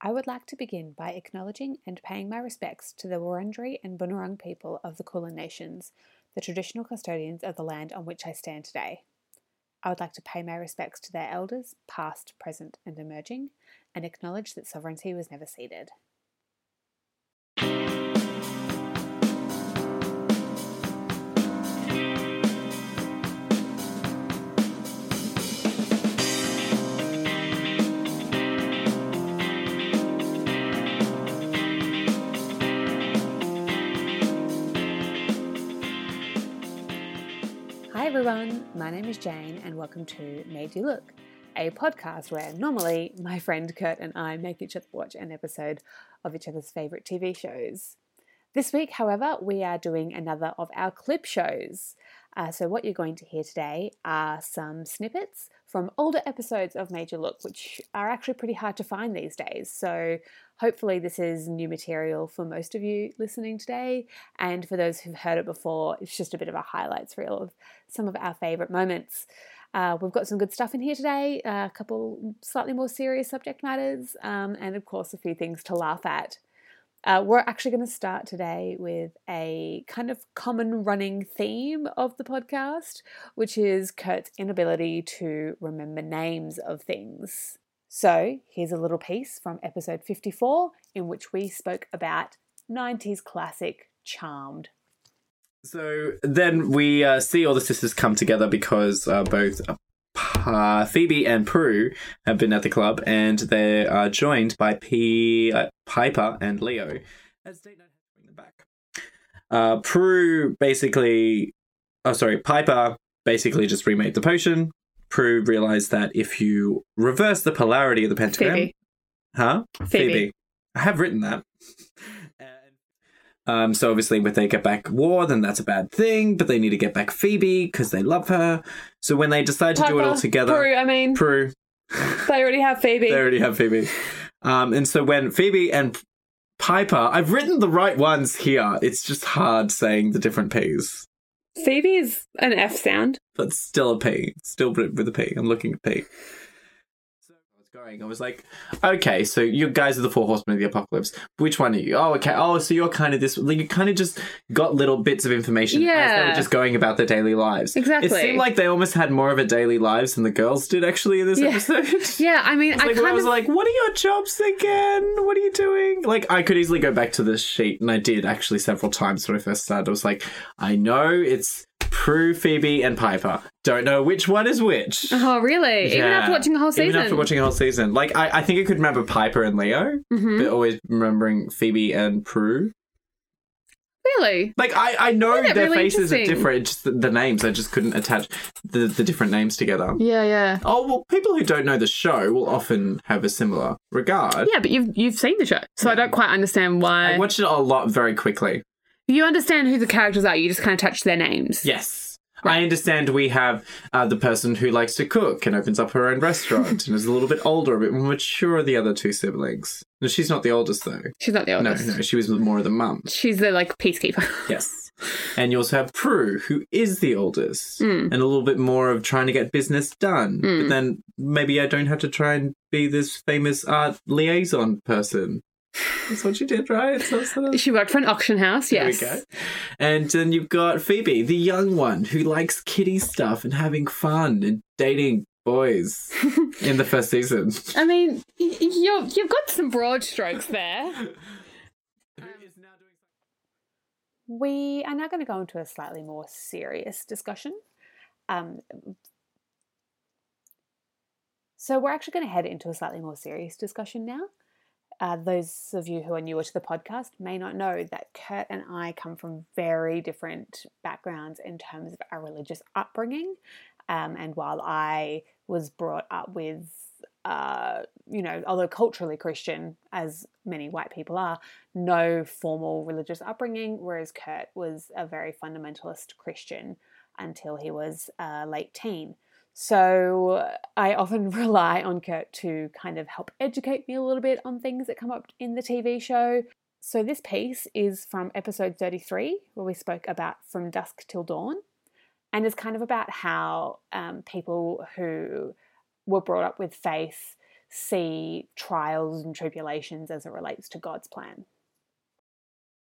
I would like to begin by acknowledging and paying my respects to the Wurundjeri and Bunurong people of the Kulin Nations, the traditional custodians of the land on which I stand today. I would like to pay my respects to their elders, past, present, and emerging, and acknowledge that sovereignty was never ceded. Hi everyone, my name is Jane, and welcome to Made You Look, a podcast where normally my friend Kurt and I make each other watch an episode of each other's favourite TV shows. This week, however, we are doing another of our clip shows. Uh, so, what you're going to hear today are some snippets from older episodes of Major Look, which are actually pretty hard to find these days. So, hopefully, this is new material for most of you listening today. And for those who've heard it before, it's just a bit of a highlights reel of some of our favourite moments. Uh, we've got some good stuff in here today, uh, a couple slightly more serious subject matters, um, and of course, a few things to laugh at. Uh, we're actually going to start today with a kind of common running theme of the podcast, which is Kurt's inability to remember names of things. So here's a little piece from episode 54 in which we spoke about 90s classic Charmed. So then we uh, see all the sisters come together because uh, both uh, Pa- Phoebe and Prue have been at the club, and they are joined by P- uh, Piper and Leo. As date night has bring them back. Uh, Prue basically, oh sorry, Piper basically just remade the potion. Prue realized that if you reverse the polarity of the pentagram, Phoebe. huh? Phoebe. I have written that. um, so obviously, when they get back War, then that's a bad thing. But they need to get back Phoebe because they love her. So when they decide to do it all Piper, together, Prue, I mean, Prue, they already have Phoebe. they already have Phoebe. Um, and so when Phoebe and Piper, I've written the right ones here. It's just hard saying the different P's, Phoebe is an F sound. but still a P, still written with a P. I'm looking at P. So I was going. I was like, okay, so you guys are the four horsemen of the apocalypse. Which one are you? Oh, okay. Oh, so you're kind of this. Like, you kind of just got little bits of information as they Yeah. were just going about their daily lives. It Exactly. seemed like they almost had more of a daily lives than the girls did actually in this Yeah. episode. Yeah, I mean, It's I like, kind I was of like, what are your jobs again? What are you doing? Like, I could easily go back to this sheet, and I did actually several times when I first started. I was like, I know it's Prue, Phoebe, and Piper. Don't know which one is which. Oh, really? Even after Yeah. watching the whole season. Even after watching a whole season. Like, I, I think I could remember Piper and Leo, Mhm. but always remembering Phoebe and Prue. Really? Like, I, I know Isn't that their really faces are interesting? different, just the, the names. I just couldn't attach the, the different names together. Yeah, yeah. Oh, well, people who don't know the show will often have a similar regard. Yeah, but you've you've seen the show, so I don't quite understand why. I watched it a lot very quickly. you understand who the characters are. You just kind of touch their names. Yes. I understand we have uh, the person who likes to cook and opens up her own restaurant and is a little bit older, a bit more mature, the other two siblings. No, she's not the oldest, though. She's not the No, oldest. no, she was more of the mum. She's the like peacekeeper. Yes. And you also have Prue, who is the oldest Mm. and a little bit more of trying to get business done. But then maybe I don't have to try and be this famous art liaison person. That's what you did, right? So- so- She worked for an auction house. There Yes. we go. And then you've got Phoebe, the young one who likes kitty stuff and having fun and dating boys in the first season. I mean, y- y- you're, you've got some broad strokes there. We are now going to go into a slightly more serious discussion. Um, so, we're actually going to head into a slightly more serious discussion now. Uh, those of you who are newer to the podcast may not know that Kurt and I come from very different backgrounds in terms of our religious upbringing. Um, and while I was brought up with uh, you know, although culturally Christian, as many white people are, no formal religious upbringing, whereas Kurt was a very fundamentalist Christian until he was uh, late teen. So I often rely on Kurt to kind of help educate me a little bit on things that come up in the TV show. So this piece is from episode 33, where we spoke about From Dusk Till Dawn, and is kind of about how um, people who were brought up with faith see trials and tribulations as it relates to God's plan.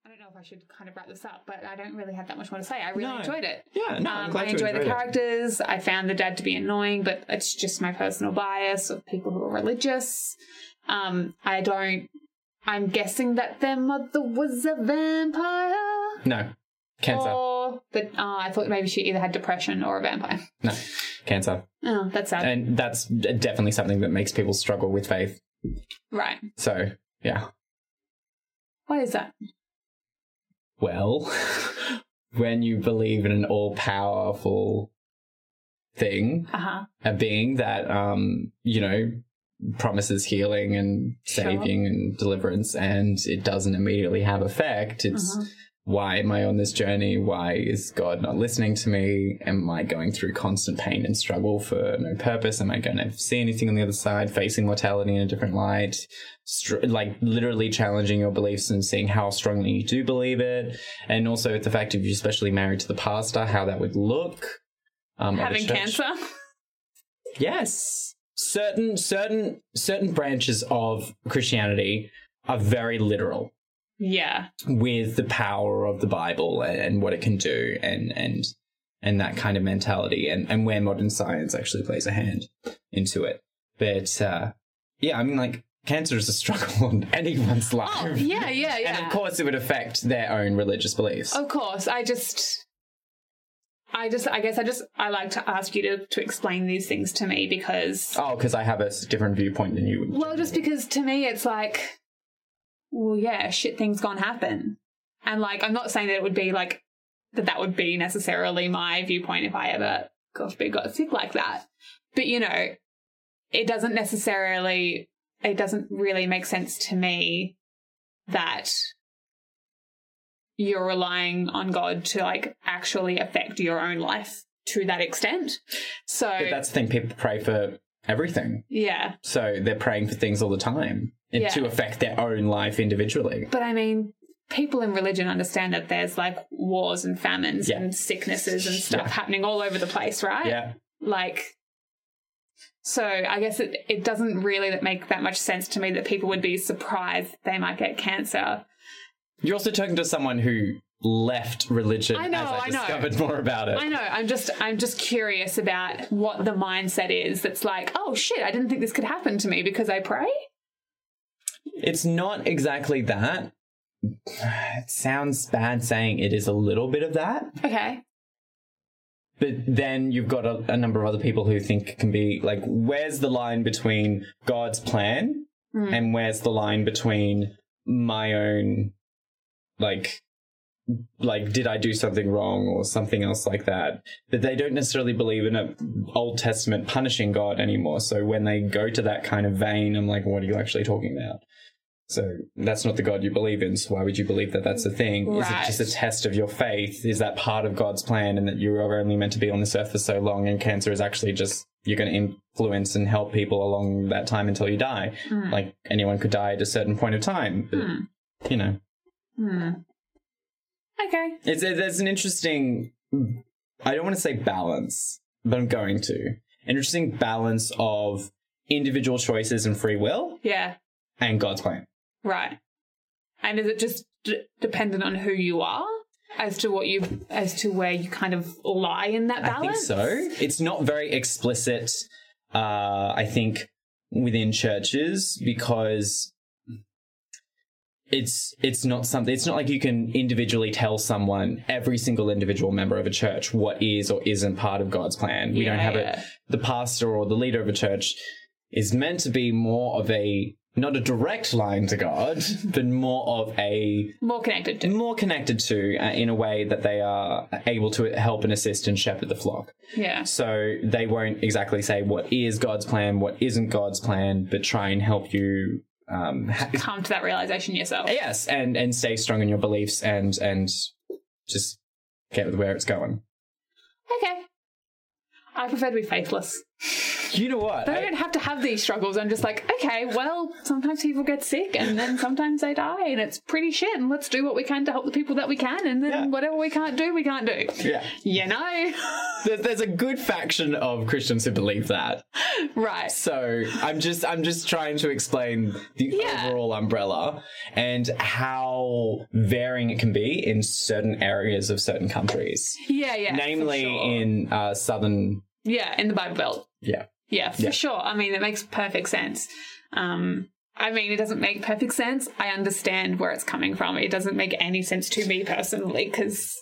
I don't know if I should kind of wrap this up, but I don't really have that much more to say. I really No. enjoyed it. Yeah, no, I'm Um, glad I you enjoy the enjoyed it. characters. I found the dad to be annoying, but it's just my personal bias of people who are religious. Um, I don't. I'm guessing that their mother was a vampire. No. Cancer. Or that oh, I thought maybe she either had depression or a vampire. No. Cancer. Oh, that's sad. And that's d- definitely something that makes people struggle with faith. right. So, yeah. Why is that? Well, when you believe in an all powerful thing, Uh huh. a being that um you know promises healing and Sure. saving and deliverance and it doesn't immediately have effect it's Uh-huh. why am i on this journey why is god not listening to me am i going through constant pain and struggle for no purpose am i going to see anything on the other side facing mortality in a different light Str- like literally challenging your beliefs and seeing how strongly you do believe it and also the fact if you're especially married to the pastor how that would look um, at a Having church. cancer. Yes. Certain certain certain branches of Christianity are very literal yeah. with the power of the Bible and, and what it can do and and and that kind of mentality and, and where modern science actually plays a hand into it. But uh, yeah, I mean like cancer is a struggle on anyone's life. Oh, yeah, yeah, yeah. Oh. And of course it would affect their own religious beliefs. Of course, I just, I just, I guess I just, I like to ask you to to explain these things to me because, Oh, because I have a s- different viewpoint than you would. well, just because to me it's like, well, yeah, shit, things gonna happen, and like I'm not saying that it would be like that that would be necessarily my viewpoint if I ever, gosh, be got sick like that, but you know, it doesn't necessarily, it doesn't really make sense to me that you're relying on God to like actually affect your own life to that extent. So But that's the thing, people pray for everything. yeah, So they're praying for things all the time and Yeah. to affect their own life individually. but I mean, people in religion understand that there's like wars and famines Yeah. and sicknesses and stuff Yeah. happening all over the place, right? Yeah. Like. So I guess it, it doesn't really make that much sense to me that people would be surprised they might get cancer. You're also talking to someone who left religion I know, as I, I know. discovered more about it. I know. I'm just I'm just curious about what the mindset is that's like, oh shit, I didn't think this could happen to me because I pray. It's not exactly that. It sounds bad saying it is a little bit of that, Okay. but then you've got a, a number of other people who think it can be like, where's the line between God's plan Mm. and where's the line between my own like like did i do something wrong or something else like that but they don't necessarily believe in a old testament punishing god anymore so when they go to that kind of vein i'm like what are you actually talking about so that's not the god you believe in so why would you believe that that's a thing is Right. it just a test of your faith is that part of god's plan and that you are only meant to be on this earth for so long and cancer is actually just you're going to influence and help people along that time until you die Mm. like anyone could die at a certain point of time but, Mm. you know Hmm. Okay. it's it, there's an interesting i don't want to say balance but i'm going to an interesting balance of individual choices and free will Yeah. and god's plan Right. And is it just d- dependent on who you are as to what you as to where you kind of lie in that i think balance? so it's not very explicit uh i think within churches because it's it's not something it's not like you can individually tell someone every single individual member of a church what is or isn't part of God's plan. We don't Yeah, have it yeah. the pastor or the leader of a church is meant to be more of a not a direct line to God, but more of a More connected to. more connected to uh, in a way that they are able to help and assist and shepherd the flock. Yeah. So they won't exactly say what is God's plan, what isn't God's plan, but try and help you. Um, ha- Come to that realization yourself. yes, and and stay strong in your beliefs and and just get with where it's going. Okay. I prefer to be faithless. You know what? But I I- don't have to have these struggles. I'm just like, okay, well, sometimes people get sick and then sometimes they die and it's pretty shit and let's do what we can to help the people that we can and then Yeah. whatever we can't do, we can't do. yeah, You know? There- there's a good faction of Christians who believe that. right. So I'm just I'm just trying to explain the Yeah. overall umbrella and how varying it can be in certain areas of certain countries, Yeah, yeah. for namely sure. in uh, southern. Yeah, in the Bible Belt. Yeah, Yeah, for Yeah. sure. I mean, it makes perfect sense. Um, I mean, it doesn't make perfect sense. I understand where it's coming from. It doesn't make any sense to me personally because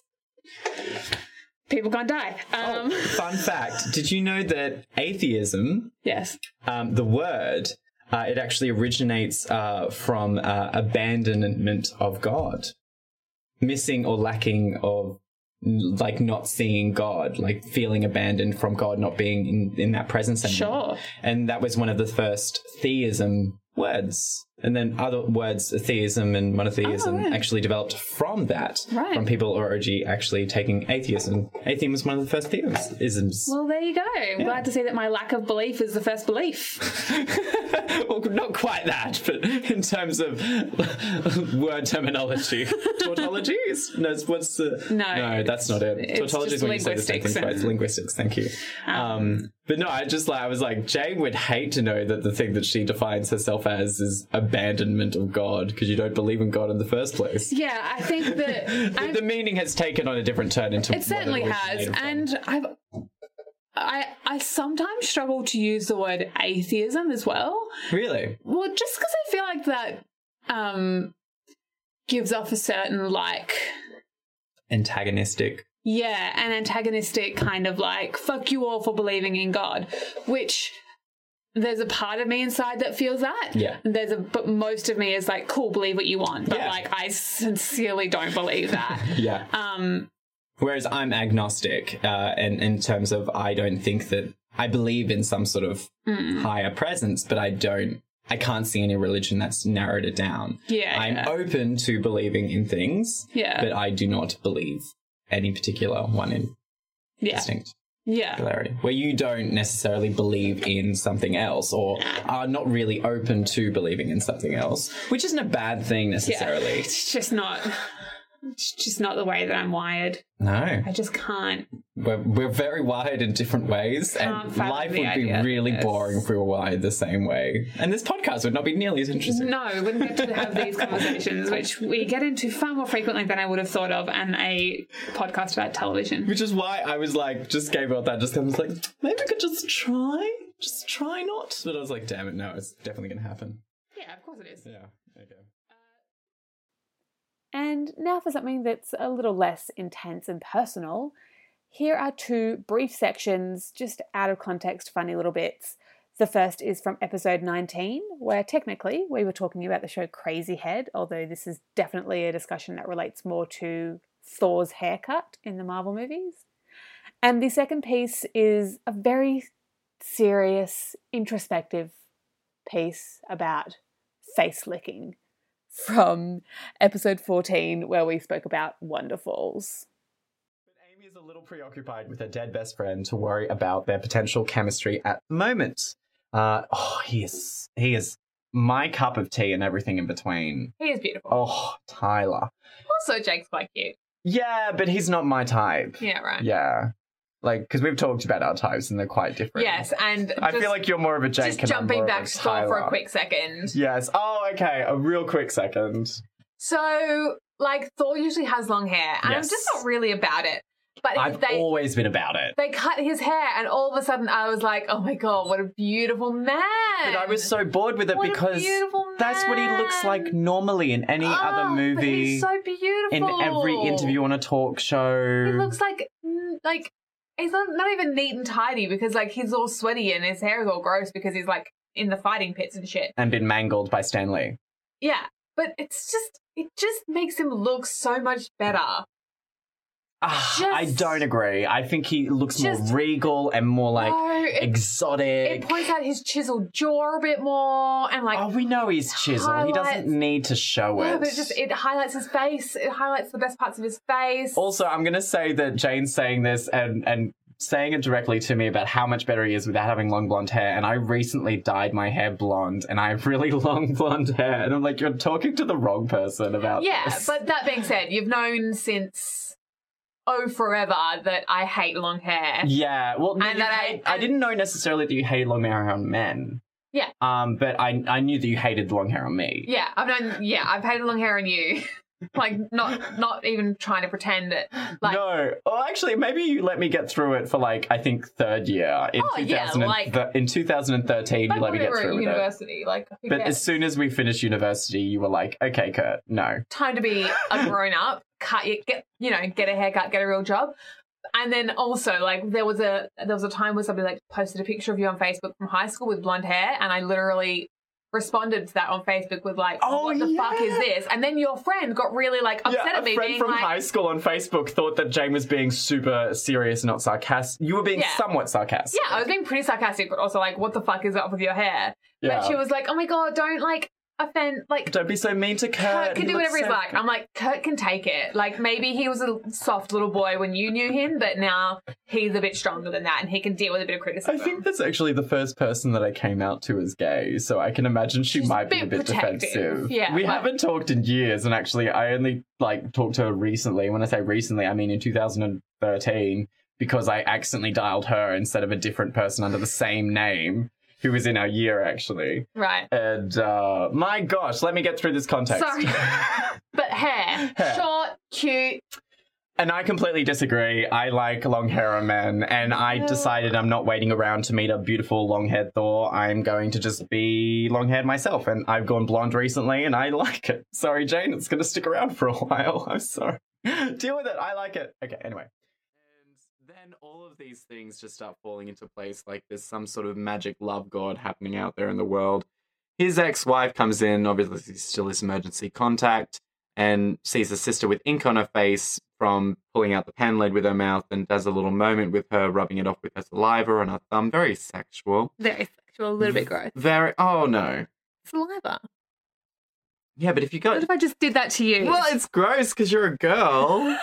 people can't die. Um, Fun fact: Did you know that atheism, Yes. um, the word, uh, it actually originates uh, from uh, abandonment of God, missing or lacking of, like not seeing God, like feeling abandoned from God, not being in, in that presence anymore. Sure. And that was one of the first theism words. And then other words, theism and monotheism, Oh, right. actually developed from that. Right. From people already actually taking atheism. Atheism was one of the first theisms. Well, there you go. I'm glad to see that my lack of belief is the first belief. well, not quite that, but in terms of word terminology, tautology is no. it's- What's the No, that's not it. it's Tautology is just when you say the same linguistics thing twice. and- Ah. Linguistics, thank you. Um, but no, I just like I was like Jay would hate to know that the thing that she defines herself as is abandonment of God because you don't believe in God in the first place. Yeah, I think that The, I'm- the meaning has taken on a different turn into it certainly has, and I've. I, I sometimes struggle to use the word atheism as well. really, Well, just because I feel like that um, gives off a certain, like, antagonistic. yeah, an antagonistic kind of like, fuck you all for believing in God, which there's a part of me inside that feels that. Yeah. There's a, but most of me is like, cool, believe what you want. But Yeah. like, I sincerely don't believe that. Yeah. um, Whereas I'm agnostic, uh, and in terms of I don't think that I believe in some sort of Hmm. higher presence, but I don't. I can't see any religion that's narrowed it down. Yeah, I'm yeah. open to believing in things, Yeah. but I do not believe any particular one in yeah. distinct Yeah. particularity. Where you don't necessarily believe in something else, or are not really open to believing in something else, which isn't a bad thing necessarily. It's just not, it's just not the way that I'm wired. No, I just can't. we're, we're very wired in different ways, Can't and fathom life the would be idea. really Yes. boring if we were wired the same way. And this podcast would not be nearly as interesting. No, we wouldn't get to have these conversations, which we get into far more frequently than I would have thought of, and a podcast about television. Which is why I was like, just gave out that. Just I was like, maybe we could just try, just try not. But I was like, damn it, no, it's definitely gonna happen. Yeah, of course it is. Yeah. Okay. And now for something that's a little less intense and personal. Here are two brief sections, just out of context, funny little bits. The first is from episode 19, where technically we were talking about the show Crazy Head, although this is definitely a discussion that relates more to Thor's haircut in the Marvel movies. And the second piece is a very serious, introspective piece about face licking from episode 14 where we spoke about wonderfuls. Amy is a little preoccupied with her dead best friend to worry about their potential chemistry at the moment. Uh, oh, he is, he is my cup of tea and everything in between. He is beautiful. Oh, Tyler. Also, Jake's quite cute. Yeah, but he's not my type. Yeah, right. Yeah. Like, because we've talked about our types and they're quite different. Yes, and I just, feel like you're more of a Jake just and I'm jumping more back of a to Thor for a Tyler. quick second. Yes. Oh, okay. A real quick second. So, like Thor usually has long hair, and I'm Yes. just not really about it. But if I've they always been about it. they cut his hair, and all of a sudden, I was like, "Oh my god, what a beautiful man!" But I was so bored with it What a because beautiful that's what he looks man. like normally in any other Oh, but movie, he's so beautiful in every interview on a talk show. He looks like mm, like he's not, not even neat and tidy because like he's all sweaty and his hair is all gross because he's like in the fighting pits and shit. and been mangled by Stanley. Yeah, but it's just it just makes him look so much better. Ah, I Just- don't agree. I think he looks Just- more regal and more like no, it, exotic. it points out his chiseled jaw a bit more, and like oh, we know he's chiseled. He highlights- doesn't need to show it. no, but it just it highlights his face. It highlights the best parts of his face. Also, I'm going to say that Jane's saying this and and saying it directly to me about how much better he is without having long blonde hair. And I recently dyed my hair blonde, and I have really long blonde hair. And I'm like, you're talking to the wrong person about yeah, this. but that being said, you've known since oh forever that I hate long hair. Yeah, well, no, And you that I- hate- I, and- didn't know necessarily that you hated long hair on men. Yeah. Um, but I I knew that you hated long hair on me. Yeah, I've known. Yeah, I've hated long hair on you. like not not even trying to pretend it. Like no. Oh, actually, maybe you let me get through it for like I think third year in Oh, 2000 yeah, and like- th- in 2013 Like you when let me we get were at through with it. university, like who But cares? as soon as we finished university, you were like, "Okay, Kurt, no." time to be a grown up. Cut your get you know get a haircut, get a real job. And then also like there was a there was a time where somebody like posted a picture of you on Facebook from high school with blonde hair, and I literally responded to that on Facebook with like, Oh, what the fuck is yeah. this? And then your friend got really like upset yeah, at me, a friend being from like, high school on Facebook thought that Jane was being super serious, not sarcastic. You were being Yeah. somewhat sarcastic. yeah, I was being pretty sarcastic, but also like, what the fuck is up with your hair? Yeah. But she was like, oh my god, don't like offend like Don't be so mean to Kurt. Kurt can he do looks whatever he's so- like. I'm like, Kurt can take it. Like, maybe he was a soft little boy when you knew him, but now he's a bit stronger than that and he can deal with a bit of criticism. I think that's actually the first person that I came out to as gay, so I can imagine she She's a might be a bit bit protective. defensive. Yeah, we like- haven't talked in years, and actually, I only like talked to her recently. When I say recently, I mean in 2013 because I accidentally dialed her instead of a different person under the same name who was in our year actually. Right. And uh, my gosh, let me get through this context. Sorry. But hair. Hair. Short, cute. And I completely disagree. I like long hair on men, and I decided I'm not waiting around to meet a beautiful long haired Thor. I'm going to just be long haired myself, and I've gone blonde recently, and I like it. Sorry, Jane, it's going to stick around for a while. I'm sorry. Deal with it. I like it. Okay, anyway. And then all of these things just start falling into place like there's some sort of magic love god happening out there in the world. His ex wife comes in, obviously, she's still his emergency contact and sees the sister with ink on her face from pulling out the pen lid with her mouth and does a little moment with her, rubbing it off with her saliva and her thumb. Very sexual. Very sexual, a little bit gross. Very. Oh no. Saliva. Yeah, but if you What go. if I just did that to you? Well, it's gross because you're a girl.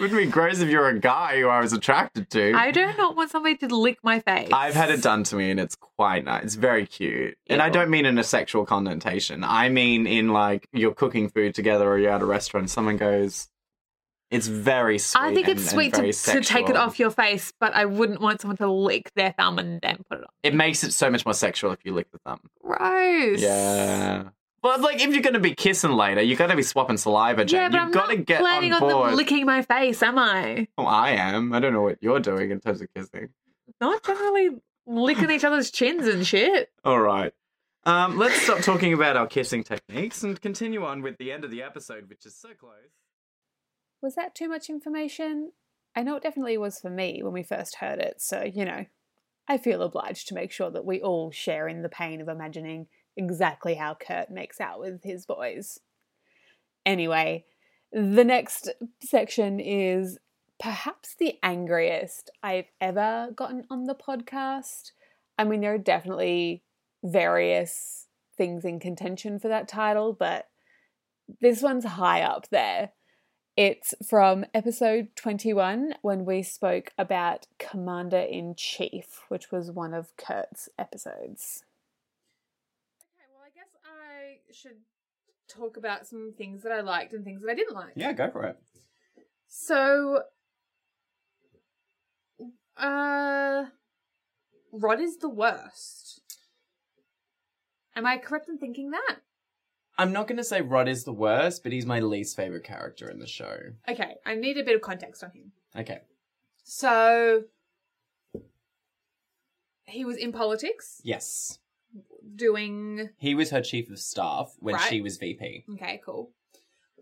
Wouldn't be gross if you're a guy who I was attracted to. I do not want somebody to lick my face. I've had it done to me and it's quite nice. It's very cute. And I don't mean in a sexual connotation. I mean in like you're cooking food together or you're at a restaurant and someone goes, it's very sweet. I think and- it's and sweet very to, to take it sexual. off your face, but I wouldn't want someone to lick their thumb and then put it on. It makes it so much more sexual if you lick the thumb. Gross. Yeah. Well, like if you're going to be kissing later, you got to be swapping saliva, Jane. Yeah, but You've I'm got to not get planning on on, board. them licking my face, am I? oh, I am. I don't know what you're doing in terms of kissing. Not generally licking each other's chins and shit. All right. Um, let's stop talking about our kissing techniques and continue on with the end of the episode, which is so close. Was that too much information? I know it definitely was for me when we first heard it, so you know, I feel obliged to make sure that we all share in the pain of imagining exactly how Kurt makes out with his boys. Anyway, the next section is perhaps the angriest I've ever gotten on the podcast. I mean, there are definitely various things in contention for that title, but this one's high up there. It's from episode 21 when we spoke about Commander in Chief, which was one of Kurt's episodes. Okay, well, I guess I should talk about some things that I liked and things that I didn't like. go for it. So, uh, Rod is the worst. Am I correct in thinking that? I'm not going to say Rod is the worst, but he's my least favorite character in the show. Okay, I need a bit of context on him. Okay. So, he was in politics Yes. doing. He was her chief of staff when Right. she was VP. Okay, cool.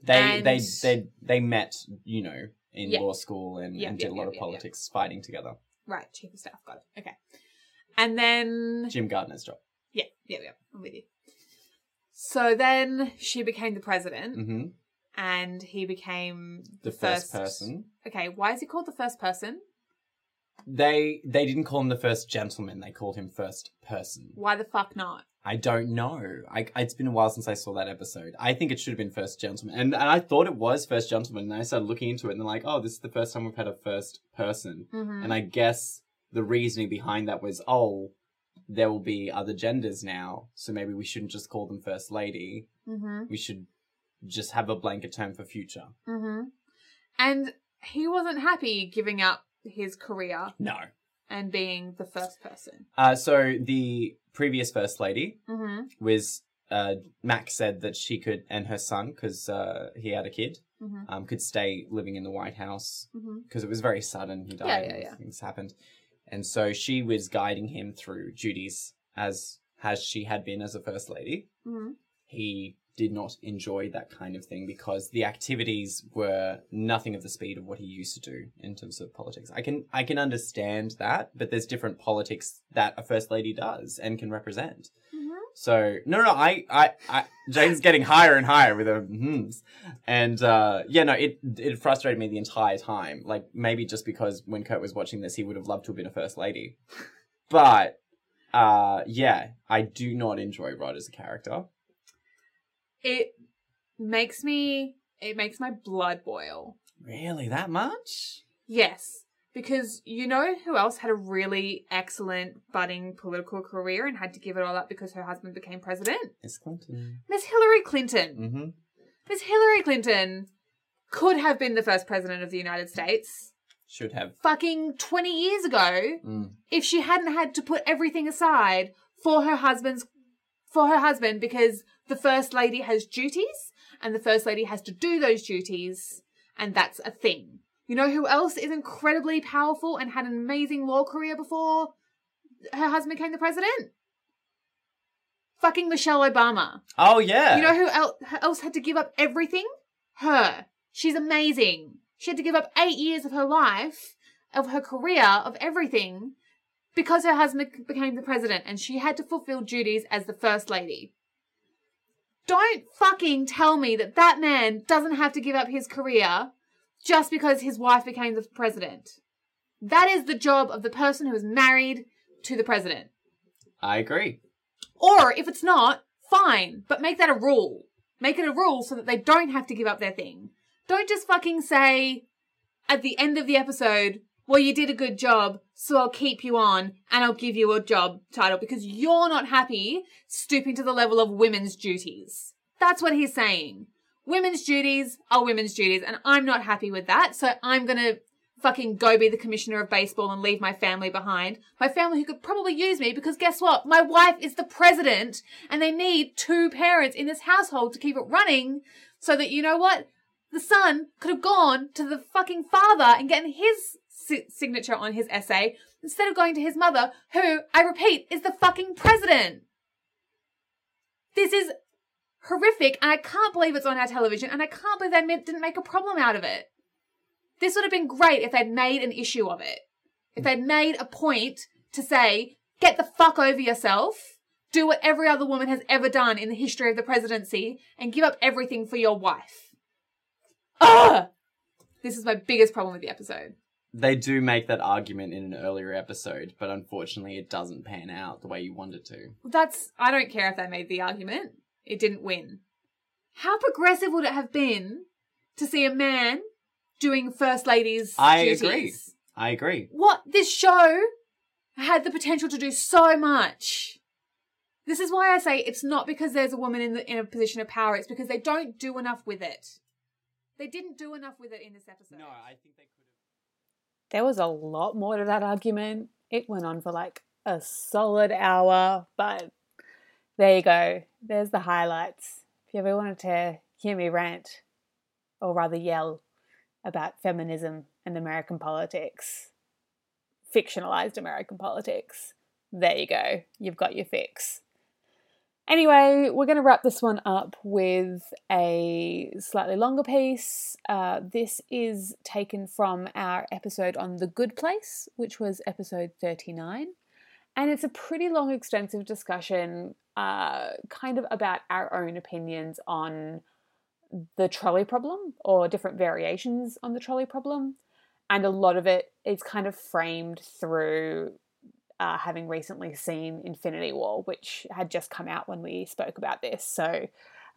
They And- they they they met, you know, in Yeah. law school and, Yeah, and yeah, did a yeah, lot of yeah, yeah. politics fighting together. Right, chief of staff, got it. Okay. And then Jim Gardner's job. yeah, yeah, yeah, I'm with you. So then she became the president, hmm and he became The first, person. Okay, why is he called the first person? They they didn't call him the first gentleman. They called him first person. Why the fuck not? I don't know. I, it's been a while since I saw that episode. I think it should have been First Gentleman. And, and I thought it was First Gentleman. And I started looking into it and they're like, oh, this is the first time we've had a first person. Mhm. And I guess the reasoning behind that was, oh, there will be other genders now. So maybe we shouldn't just call them First Lady. Mm-hmm. We should just have a blanket term for future. Mm-hmm. And he wasn't happy giving up his career No. and being the first person. Uh, so the previous First Lady Mm-hmm. was. Uh, Max said that she could, and her son, because uh, he had a kid, Mm-hmm. um, could stay living in the White House Mm-hmm. because it was very sudden. He died. Yeah, yeah, and yeah. Things happened, and so she was guiding him through duties as as she had been as a first lady. Mhm. He did not enjoy that kind of thing because the activities were nothing of the speed of what he used to do in terms of politics. I can I can understand that, but there's different politics that a first lady does and can represent. So no, no, I, I, I Jane's getting higher and higher with her hmms, and uh, yeah, no, it it frustrated me the entire time. Like maybe just because when Kurt was watching this, he would have loved to have been a first lady, but uh, yeah, I do not enjoy Rod as a character. It makes me. It makes my blood boil. Really, that much? Yes, because you know who else had a really excellent budding political career and had to give it all up because her husband became president? It's Clinton. Miss Hillary Clinton. Mm-hmm. Miss Hillary Clinton could have been the first president of the United States Should have. fucking 20 years ago Mm. if she hadn't had to put everything aside for her husband's for her husband because the first lady has duties and the first lady has to do those duties and that's a thing. You know who else is incredibly powerful and had an amazing law career before her husband became the president? Fucking Michelle Obama. Oh yeah. You know who el- who else had to give up everything? Her. She's amazing. She had to give up eight years of her life, of her career, of everything, because her husband became the president and she had to fulfill duties as the first lady. Don't fucking tell me that that man doesn't have to give up his career just because his wife became the president. That is the job of the person who is married to the president. I agree. Or if it's not, fine, but make that a rule. Make it a rule so that they don't have to give up their thing. Don't just fucking say at the end of the episode, well, you did a good job, so I'll keep you on and I'll give you a job title because you're not happy stooping to the level of women's duties. That's what he's saying. Women's duties are women's duties, and I'm not happy with that, so I'm gonna fucking go be the commissioner of baseball and leave my family behind. My family who could probably use me because guess what? My wife is the president and they need two parents in this household to keep it running so that you know what? The son could have gone to the fucking father and gotten his si- signature on his essay instead of going to his mother who, I repeat, is the fucking president. This is horrific and I can't believe it's on our television and I can't believe they meant- didn't make a problem out of it. This would have been great if they'd made an issue of it. If they'd made a point to say, get the fuck over yourself, do what every other woman has ever done in the history of the presidency, and give up everything for your wife. Ugh! This is my biggest problem with the episode. They do make that argument in an earlier episode, but unfortunately, it doesn't pan out the way you want it to. That's, I don't care if they made the argument, it didn't win. How progressive would it have been to see a man doing First Lady's I duties? agree. I agree. what this show had the potential to do so much. This is why I say it's not because there's a woman in the, in a position of power. It's because they don't do enough with it. They didn't do enough with it in this episode. No, I think they could have. There was a lot more to that argument. It went on for like a solid hour, but there you go. There's the highlights. If you ever wanted to hear me rant, or rather yell, about feminism and American politics, fictionalized American politics, there you go. You've got your fix. Anyway, we're going to wrap this one up with a slightly longer piece. Uh, this is taken from our episode on The Good Place, which was episode 39. And it's a pretty long, extensive discussion, uh, kind of about our own opinions on the trolley problem or different variations on the trolley problem. And a lot of it is kind of framed through uh, having recently seen Infinity War, which had just come out when we spoke about this. So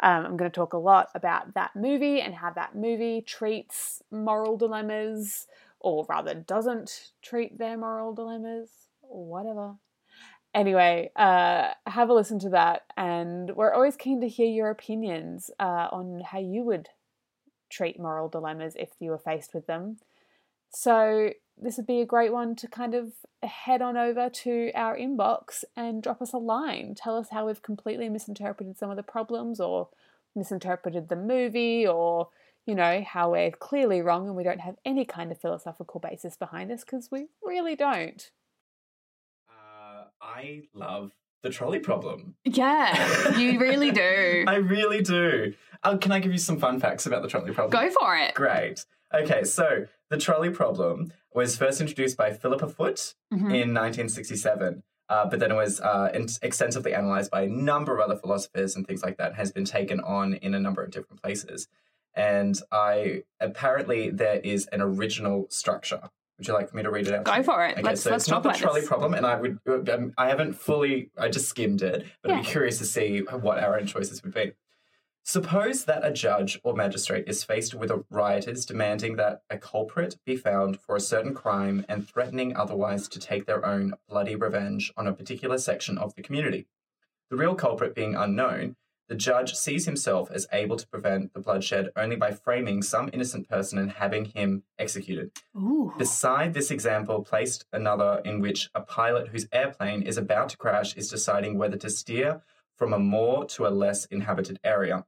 um, I'm going to talk a lot about that movie and how that movie treats moral dilemmas, or rather, doesn't treat their moral dilemmas, or whatever. Anyway, uh, have a listen to that, and we're always keen to hear your opinions uh, on how you would treat moral dilemmas if you were faced with them. So, this would be a great one to kind of head on over to our inbox and drop us a line. Tell us how we've completely misinterpreted some of the problems or misinterpreted the movie or, you know, how we're clearly wrong and we don't have any kind of philosophical basis behind us because we really don't. Uh, I love the trolley problem. Yeah, you really do. I really do. Uh, can I give you some fun facts about the trolley problem? Go for it. Great. Okay, so the trolley problem was first introduced by Philippa Foot Mm-hmm. in 1967, uh, but then it was uh, in- extensively analyzed by a number of other philosophers and things like that, has been taken on in a number of different places. And I apparently there is an original structure. Would you like me to read it out? Go for it. Okay, let's so let's it's not talk the about trolley this. problem, and I would um, I haven't fully I just skimmed it, but I'd be curious to see what our own choices would be. Suppose that a judge or magistrate is faced with a rioters demanding that a culprit be found for a certain crime and threatening otherwise to take their own bloody revenge on a particular section of the community. The real culprit being unknown, the judge sees himself as able to prevent the bloodshed only by framing some innocent person and having him executed. Beside this example, placed another in which a pilot whose airplane is about to crash is deciding whether to steer from a more to a less inhabited area.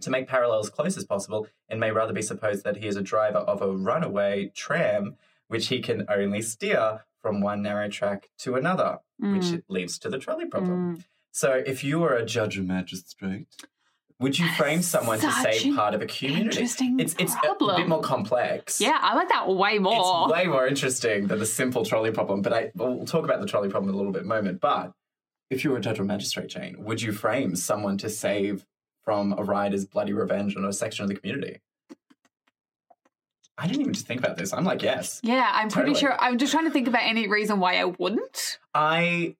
To make parallels close as possible, it may rather be supposed that he is a driver of a runaway tram, which he can only steer from one narrow track to another, which Mm. leads to the trolley problem. So, if you were a judge or magistrate, would you frame someone to Such save an part of a community? interesting it's it's a problem. bit more complex. Yeah, I like that way more. It's way more interesting than the simple trolley problem. But I we'll talk about the trolley problem in a little bit moment. But if you were a judge or magistrate, Jane, would you frame someone to save from a rider's bloody revenge on a section of the community? I didn't even just think about this. I'm like, yes. yeah, I'm pretty Totally. sure. I'm just trying to think about any reason why I wouldn't. I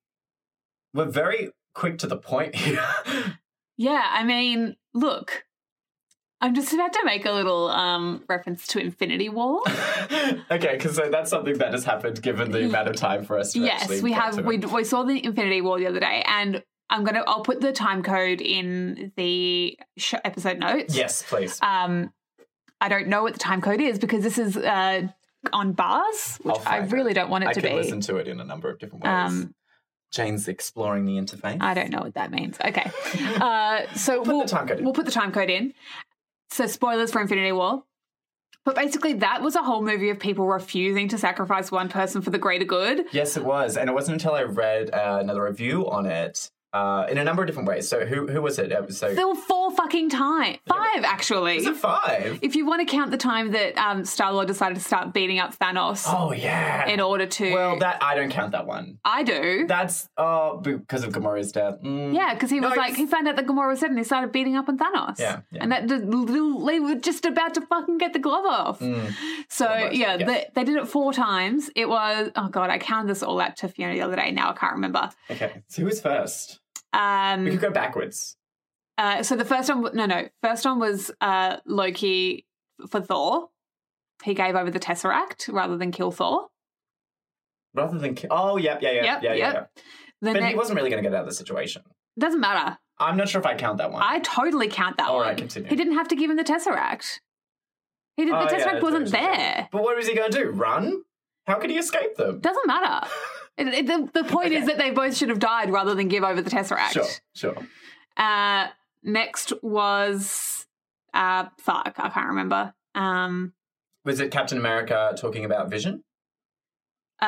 we're very quick to the point here. Yeah, I mean, look, I'm just about to make a little um reference to Infinity War. okay, because so that's something that has happened given the amount of time for us to actually yes, we get have. to it. We, we saw the Infinity War the other day, and I'm gonna. I'll put the time code in the sh- episode notes. Yes, please. Um, I don't know what the time code is because this is uh on bars, which I'll I find really it. don't want it I to could be. listen to it in a number of different ways. Um, Jane's exploring the interface. I don't know what that means. Okay. Uh, so the we'll, time code in. we'll put the time code in. So spoilers for Infinity War. But basically, that was a whole movie of people refusing to sacrifice one person for the greater good. Yes, it was, and it wasn't until I read uh, another review on it uh, in a number of different ways. So who who was it? It was so There were four fucking times. Five, actually. was it five? If you want to count the time that um, Star Lord decided to start beating up Thanos Oh yeah. in order to. well, that I don't count that one. I do. That's oh because of Gamora's death. Mm. yeah, because he was No, like, he found out that Gamora was dead and he started beating up on Thanos. Yeah, yeah. And that they were just about to fucking get the glove off. So Mm. Almost, yeah, yes. they, they did it four times. It was oh god, I counted this all out to Fiona the other day. Now I can't remember. Okay, so who was first? We could Um, go backwards. uh, so the first one, w- no, no, first one was uh, Loki for Thor. He gave over the Tesseract rather than kill Thor. Rather than ki- oh yeah yeah yeah Yep, yeah yeah, yep. yeah. The But he next wasn't really going to get out of the situation. doesn't matter. I'm not sure if I count that one. I totally count that All one. right, continue. He didn't have to give him the Tesseract. He did, Oh, the yeah, Tesseract that's wasn't what she said. there. But what was he going to do? Run? How could he escape them? Doesn't matter. It- it- the, the point is that they both should have died rather than give over the Tesseract. Sure, sure. Uh, next was uh, fuck, I can't remember. Um, Was it Captain America talking about Vision? uh,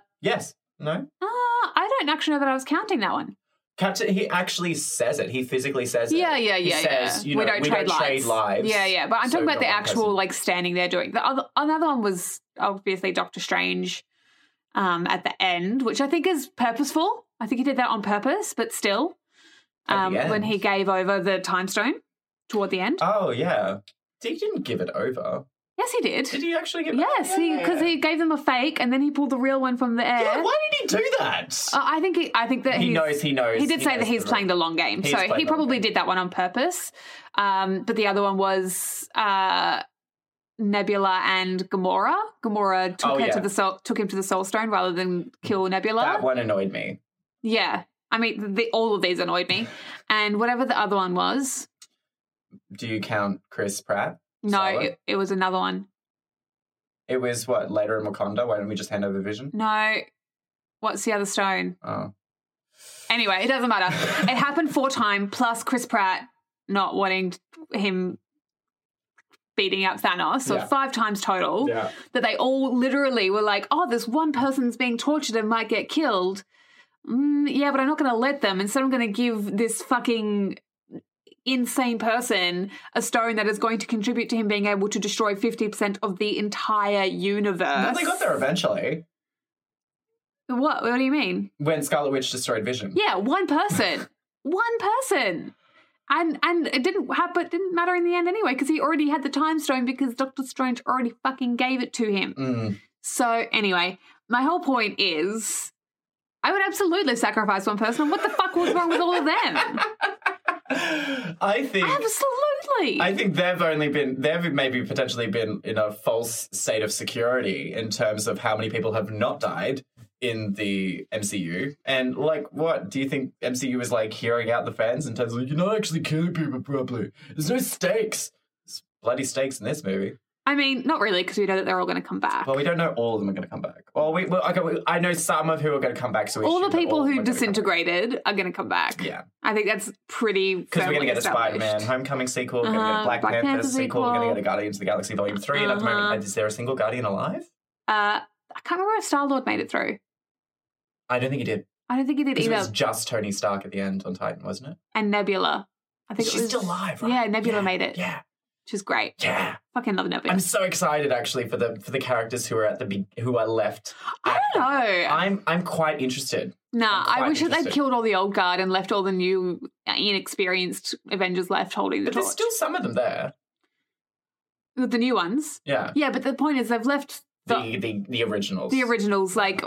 ah, Yes. No. I don't actually know that I was counting that one. Captain. He actually says it. He physically says it. Yeah, yeah, He yeah, says, yeah. You know, we don't, trade, lives. Yeah, yeah. But I'm so talking about not the one actual person. like standing there doing the other. Another one was obviously Doctor Strange. um, at the end, which I think is purposeful. I think he did that on purpose, but still, At um, the when end. he gave over the time stone toward the end. Oh yeah. He didn't give it over. yes, he did. Did he actually give? Yes, Yeah. because he, gave them a fake, and then he pulled the real one from the air. Yeah, why did he do that? Uh, I think he, I think that he he's- knows. He knows. He did say that knows he's the playing the long game, He's so playing he the long probably game. did that one on purpose. Um, but the other one was uh, Nebula and Gamora. Gamora took Oh, her yeah. to the soul, took him to the Soul Stone rather than kill Nebula. That one annoyed me. Yeah, I mean, the, all of these annoyed me, and whatever the other one was, Do you count Chris Pratt? no, Solid. it, it was another one. It was what later in Wakanda. Why didn't we just hand over Vision? No, what's the other stone? Oh, Anyway, it doesn't matter. it happened four time plus Chris Pratt not wanting him beating up Thanos, so Yeah. five times total. Yeah. That they all literally were like, "Oh, this one person's being tortured and might get killed." Mm, yeah, but I'm not going to let them. Instead, I'm going to give this fucking insane person a stone that is going to contribute to him being able to destroy 50% of the entire universe. no, they got there eventually What? What do you mean? when Scarlet Witch destroyed Vision. Yeah, one person. one person. And and it didn't happen it didn't matter in the end anyway, because he already had the time stone because Doctor Strange already fucking gave it to him. Mm. So anyway, my whole point is I would absolutely sacrifice one person. What the fuck was wrong with all of them? I think. Absolutely. I think they've only been they've maybe potentially been in a false state of security in terms of how many people have not died in the MCU. And like what? Do you think MCU is like hearing out the fans in terms of you're not actually killing people properly. There's no stakes. There's bloody stakes in this movie. I mean, not really, because we know that they're all gonna come back. Well, we don't know all of them are going to come back. Well, we well, okay, we, I know some of who are going to come back. So we all assume the that people all of them who are gonna come back. disintegrated are gonna come back. Yeah, I think that's pretty because we're going firmly to get a Spider Man established. Homecoming sequel, we're going to get Uh-huh, a Black, Black Panther, Panther sequel, we're going to sequel. get a Guardians of the Galaxy Volume 3 and at the Uh-huh. moment, is there a single Guardian alive? Uh I can't remember if Star Lord made it through. I don't think he did. I don't think he did Because it either. was just Tony Stark at the end on Titan, wasn't it? and Nebula. I think She's it was, still alive, right? Yeah, Nebula Yeah, made it, Yeah, which is great. yeah. Fucking love Nebula. I'm so excited actually for the for the characters who are at the be- who are left. I don't know. I'm I'm quite interested. nah, I'm I quite wish that they'd interested. killed all the old guard and left all the new, uh, inexperienced Avengers left holding the But there's torch. still some of them there. With the new ones. Yeah. Yeah, but the point is they've left the, The the, the originals. the originals, like,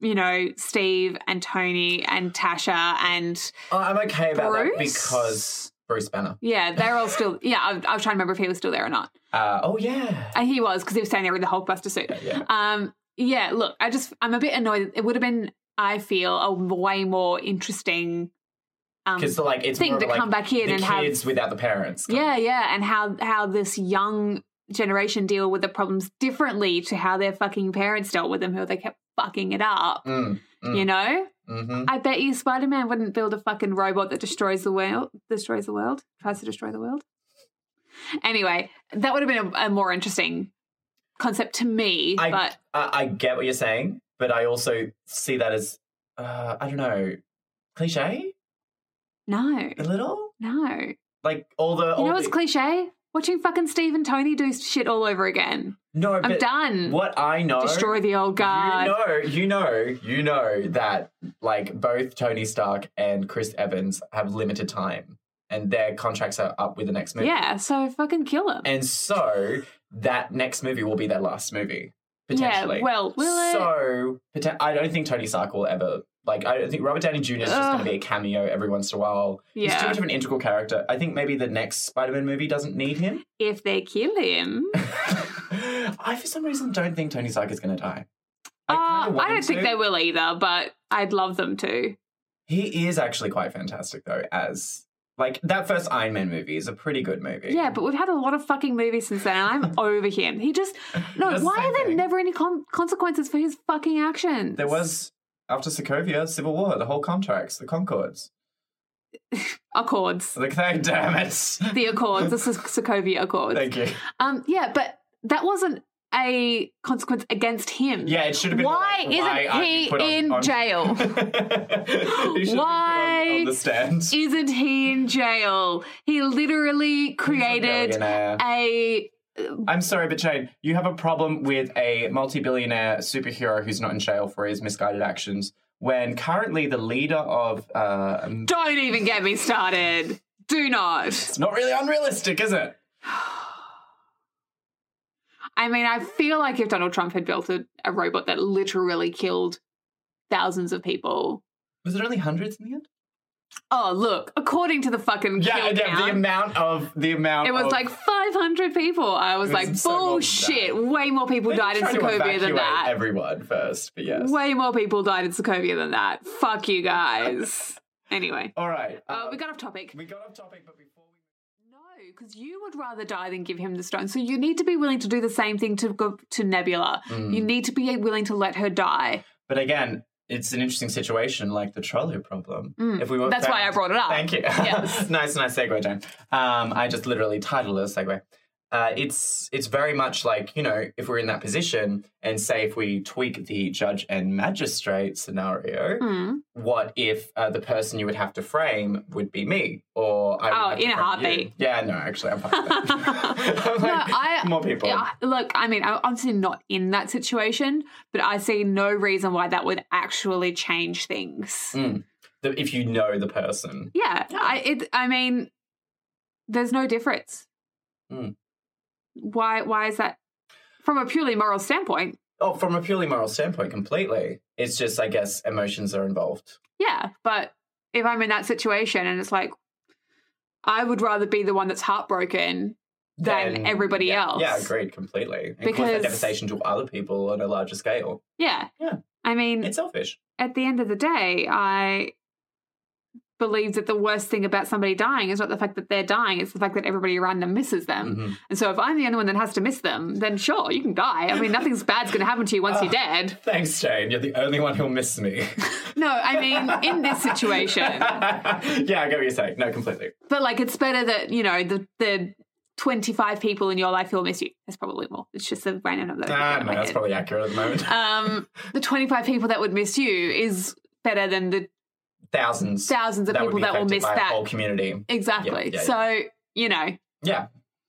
you know, Steve and Tony and Tasha and Oh, I'm okay about Bruce. that because Bruce Banner. yeah, they're all still. Yeah, I, I was trying to remember if he was still there or not. Uh, oh yeah. Uh, he was because he was standing there with the Hulkbuster suit. yeah. Um, yeah, look, I just I'm a bit annoyed. It would have been, I feel, a way more interesting um, Because like it's thing more to like come back in the and have. kids without the parents. Yeah, yeah, and how how this young generation deal with the problems differently to how their fucking parents dealt with them, who they kept fucking it up. Mm, mm, You know, hmm I bet you Spider Man wouldn't build a fucking robot that destroys the world, destroys the world, tries to destroy the world. Anyway, that would have been a, a more interesting concept to me. I- but I, I get what you're saying, but I also see that as uh, I don't know, cliche no, a little. no, Like all the all You know what's the- cliche? Watching fucking Steve and Tony do shit all over again. no, I'm but done. what I know, Destroy the old guard. You know, you know, you know that like both Tony Stark and Chris Evans have limited time, and their contracts are up with the next movie. yeah, so fucking kill them. and so that next movie will be their last movie potentially. Yeah, well, will it? so poten- I don't think Tony Stark will ever like. I don't think Robert Downey Jr. is just going Ugh. to be a cameo every once in a while. He's too Yeah. much of an integral character. I think maybe the next Spider-Man movie doesn't need him. If they kill him, I, for some reason, don't think Tony Stark is going to die. Uh, kinda I want him don't think to. they will either, but I'd love them to. He is actually quite fantastic, though. As like that first Iron Man movie is a pretty good movie. Yeah, but we've had a lot of fucking movies since then, and I'm over him. He just. No, That's the why same are there thing. never any con- consequences for his fucking actions? there was after Sokovia, Civil War, the whole contracts, the Concords. Accords. Like, thank damn it. The Accords, the Sok- Sokovia Accords. Thank you. Um, yeah, but that wasn't a consequence against him. Yeah, it should have been. Why like, why isn't aren't he you put on- in on- jail? He should have been put on- Why on the stand? Isn't he in jail? He literally He's a created billionaire. a I'm sorry, but Jane, you have a problem with a multi billionaire superhero who's not in jail for his misguided actions when currently the leader of. Uh, um, Don't even get me started. Do not. it's not really unrealistic, is it? I mean, I feel like if Donald Trump had built a, a robot that literally killed thousands of people. Was it only hundreds in the end? Oh, look, according to the fucking Yeah, kill yeah, the count, amount of. The amount it was of- like 500 people. I was It was like, so more than bullshit. Way more people They died in tried to Sokovia than evacuate that. Everyone first, but yes. Way more people died in Sokovia than that. Fuck you guys. anyway, All right. uh, uh, we got off topic. we got off topic, but before we. No, because you would rather die than give him the stone. So you need to be willing to do the same thing to go to Nebula. Mm. You need to be willing to let her die. But again, it's an interesting situation, like the trolley problem. Mm. If we were That's why I brought it up. Thank you. Yes. nice, nice segue, Jane. Um, I just literally titled it a segue. Uh, it's it's very much like you know if we're in that position and say if we tweak the judge and magistrate scenario, Mm. what if uh, the person you would have to frame would be me or I would Oh, have to in a frame you? heartbeat. Yeah, no, actually, I'm fine. with that. I'm No, like, I- more people. Yeah, I- look, I mean, I'm obviously not in that situation, but I see no reason why that would actually change Mm. things. The- if you know the person, Yeah, I it, I mean, there's no difference. Mm. Why why is that? From a purely moral standpoint, oh, from a purely moral standpoint, completely. It's just I guess emotions are involved. yeah, but if I'm in that situation and it's like, I would rather be the one that's heartbroken than Then- everybody yeah, else. Yeah, agreed completely. And cause Because- that devastation to other people on a larger scale. Yeah, Yeah. I mean, It's selfish. at the end of the day, I believe that the worst thing about somebody dying is not the fact that they're dying; it's the fact that everybody around them misses them. Mhm. And so, if I'm the only one that has to miss them, then sure, you can die. I mean, nothing's bad's going to happen to you once you're dead. Thanks, Jane. You're the only one who'll miss me. No, I mean, in this situation, yeah, I get what you're saying. No, completely. but like, it's better that you know the the. 25 people in your life who'll miss you. That's probably more. It's just a random number. that Ah, I no, put in my that's head. probably accurate at the moment. um, the 25 people that would miss you is better than the Thousands. thousands of that would people be that will affected miss by a that. whole community. Exactly. Yeah, yeah, so, you know, Yeah.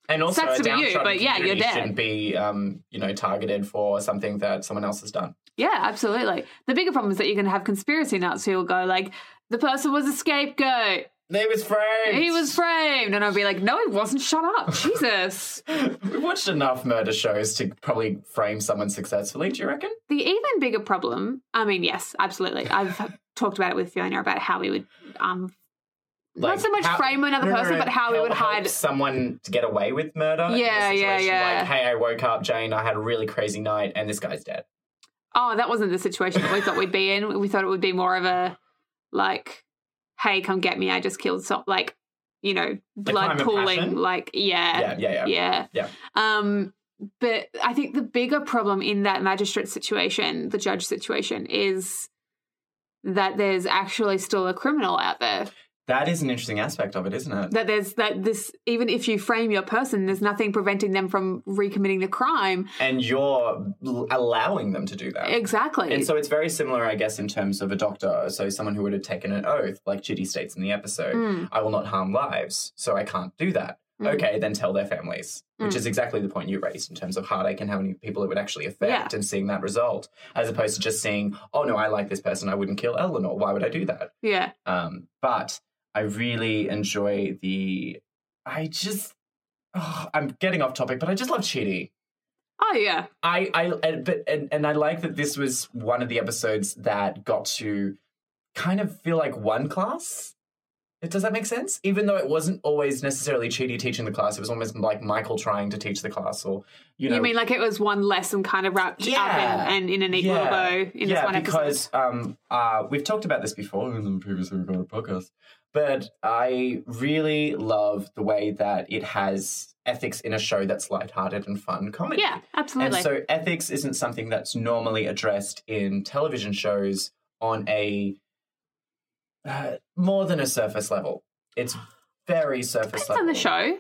And also, Sucks to a be you, downtrodden but yeah, you're community dead. shouldn't be, um, you know, targeted for something that someone else has done. yeah, absolutely. The bigger problem is that you're going to have conspiracy nuts who will go like, the person was a scapegoat. They was framed. He was framed. And I'll be like, no, he wasn't. Shut up. Jesus. We've watched enough murder shows to probably frame someone successfully. Do you reckon? The even bigger problem, I mean, yes, absolutely. I've talked about it with Fiona about how we would, um, Like, not so much how- frame another No, no, person, no, but how we help- would help hide. someone to get away with murder. in Yeah, this yeah, situation, yeah. Like, hey, I woke up, Jane. I had a really crazy night, and this guy's dead. Oh, that wasn't the situation that we thought we'd be in. We thought it would be more of a, like, hey, come get me. I just killed some, like, you know, blood crime of pooling. passion? Like, Yeah, yeah, yeah. yeah. Yeah. Um, but I think the bigger problem in that magistrate situation, the judge situation, is that there's actually still a criminal out there. That is an interesting aspect of it, isn't it? That there's that this even if you frame your person, there's nothing preventing them from recommitting the crime. and you're l- allowing them to do that. Exactly. And so it's very similar, I guess, in terms of a doctor. So someone who would have taken an oath, like Chitty states in the episode, Mm. I will not harm lives, so I can't do that. Mm. Okay, then tell their families, which Mm. is exactly the point you raised in terms of heartache and how many people it would actually affect Yeah. and seeing that result, as opposed to just seeing, oh no, I like this person, I wouldn't kill Eleanor. Why would I do that? yeah. Um, but I really enjoy the. I just. Oh, I'm getting off topic, but I just love Chitty. Oh yeah. I, I, and- but and, and I like that this was one of the episodes that got to kind of feel like one class. Does that make sense? Even though it wasn't always necessarily Chidi teaching the class, it was almost like Michael trying to teach the class, or you You, know, mean like it was one lesson kind of wrapped Yeah. up in, and in a neat little bow in yeah, this one episode? because um, uh, we've talked about this before in the previous recorded podcast, but I really love the way that it has ethics in a show that's lighthearted and fun comedy. Yeah, absolutely. And so ethics isn't something that's normally addressed in television shows on a uh, more than a surface level. It's very surface Depends level. on the show.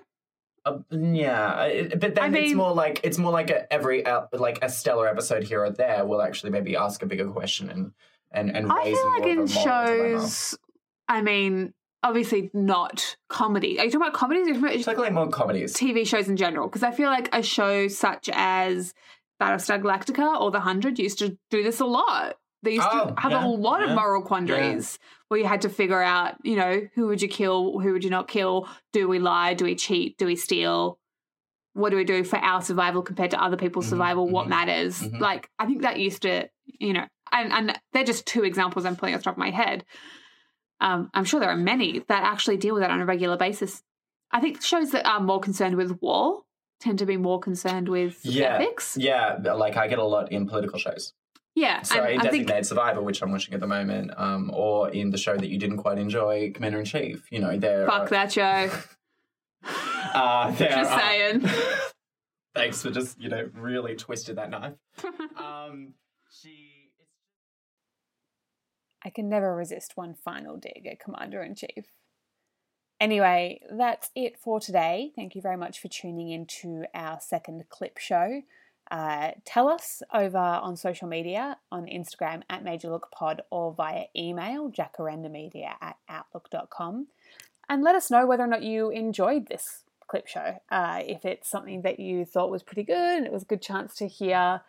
Uh, yeah, it- but then I it's mean- more like it's more like a, every uh, like a stellar episode here or there will actually maybe ask a bigger question and and and I raise feel more like of a in moral dilemma. shows, I mean, obviously not comedy. Are you talking about comedies? Or are you talking about It's like more comedies. TV shows in general because I feel like a show such as Battlestar Galactica or The Hundred used to do this a lot. They used Oh, to have yeah, a lot yeah, of moral quandaries where you had to figure out, you know, who would you kill, who would you not kill? Do we lie? Do we cheat? Do we steal? What do we do for our survival compared to other people's Mhm, survival? What mhm, matters? mhm. Like I think that used to, you know, and and they're just two examples I'm pulling off the top of my head. Um, I'm sure there are many that actually deal with that on a regular basis. I think shows that are more concerned with war tend to be more concerned with Yeah. ethics. Yeah, but, like I get a lot in political shows. Yeah, So in and I think Designated Survivor, which I'm watching at the moment, um, or in the show that you didn't quite enjoy, Commander in Chief. You know, there. fuck that show. Uh, there Just are- saying. Thanks for just you know really twisted that knife. Um, she. I can never resist one final dig at Commander in Chief. Anyway, that's it for today. Thank you very much for tuning in to our second clip show. Uh, tell us over on social media, on Instagram at Major Look Pod or via email, jacarandamedia at outlook.com, and let us know whether or not you enjoyed this clip show. Uh, if it's something that you thought was pretty good and it was a good chance to hear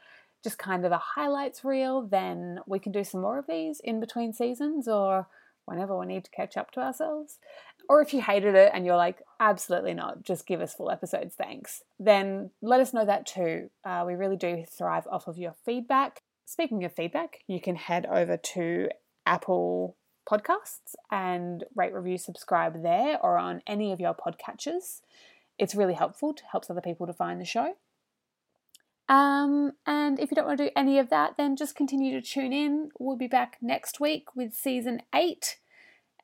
just kind of a highlights reel, then we can do some more of these in between seasons or whenever we need to catch up to ourselves. Or if you hated it and you're like, absolutely not, just give us full episodes, thanks, then let us know that too. Uh, we really do thrive off of your feedback. Speaking of feedback, you can head over to Apple Podcasts and rate, review, subscribe there or on any of your podcatchers. It's really helpful, to helps other people to find the show. Um, and if you don't want to do any of that, then just continue to tune in. We'll be back next week with season eight,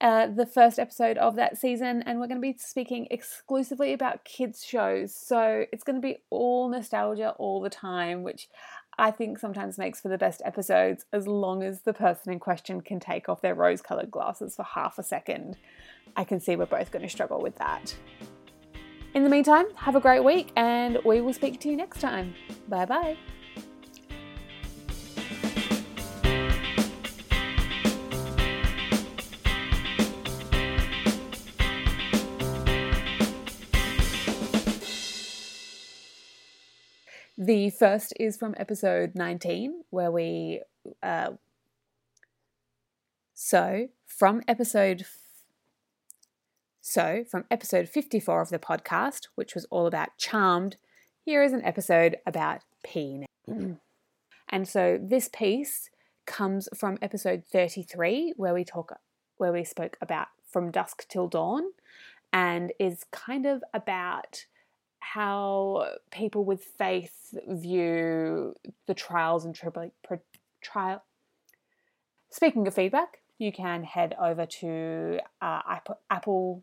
uh, the first episode of that season, and we're going to be speaking exclusively about kids' shows. So it's going to be all nostalgia all the time, which I think sometimes makes for the best episodes as long as the person in question can take off their rose colored glasses for half a second. I can see we're both going to struggle with that. In the meantime, have a great week, and we will speak to you next time. Bye bye. The first is from episode 19, where we. Uh, so, from episode. F- so, from episode 54 of the podcast, which was all about Charmed, here is an episode about peen. and so, this piece comes from episode 33, where we talk, where we spoke about From Dusk Till Dawn, and is kind of about how people with faith view the trials and tribula- pro- trial. Speaking of feedback, you can head over to uh, App- Apple.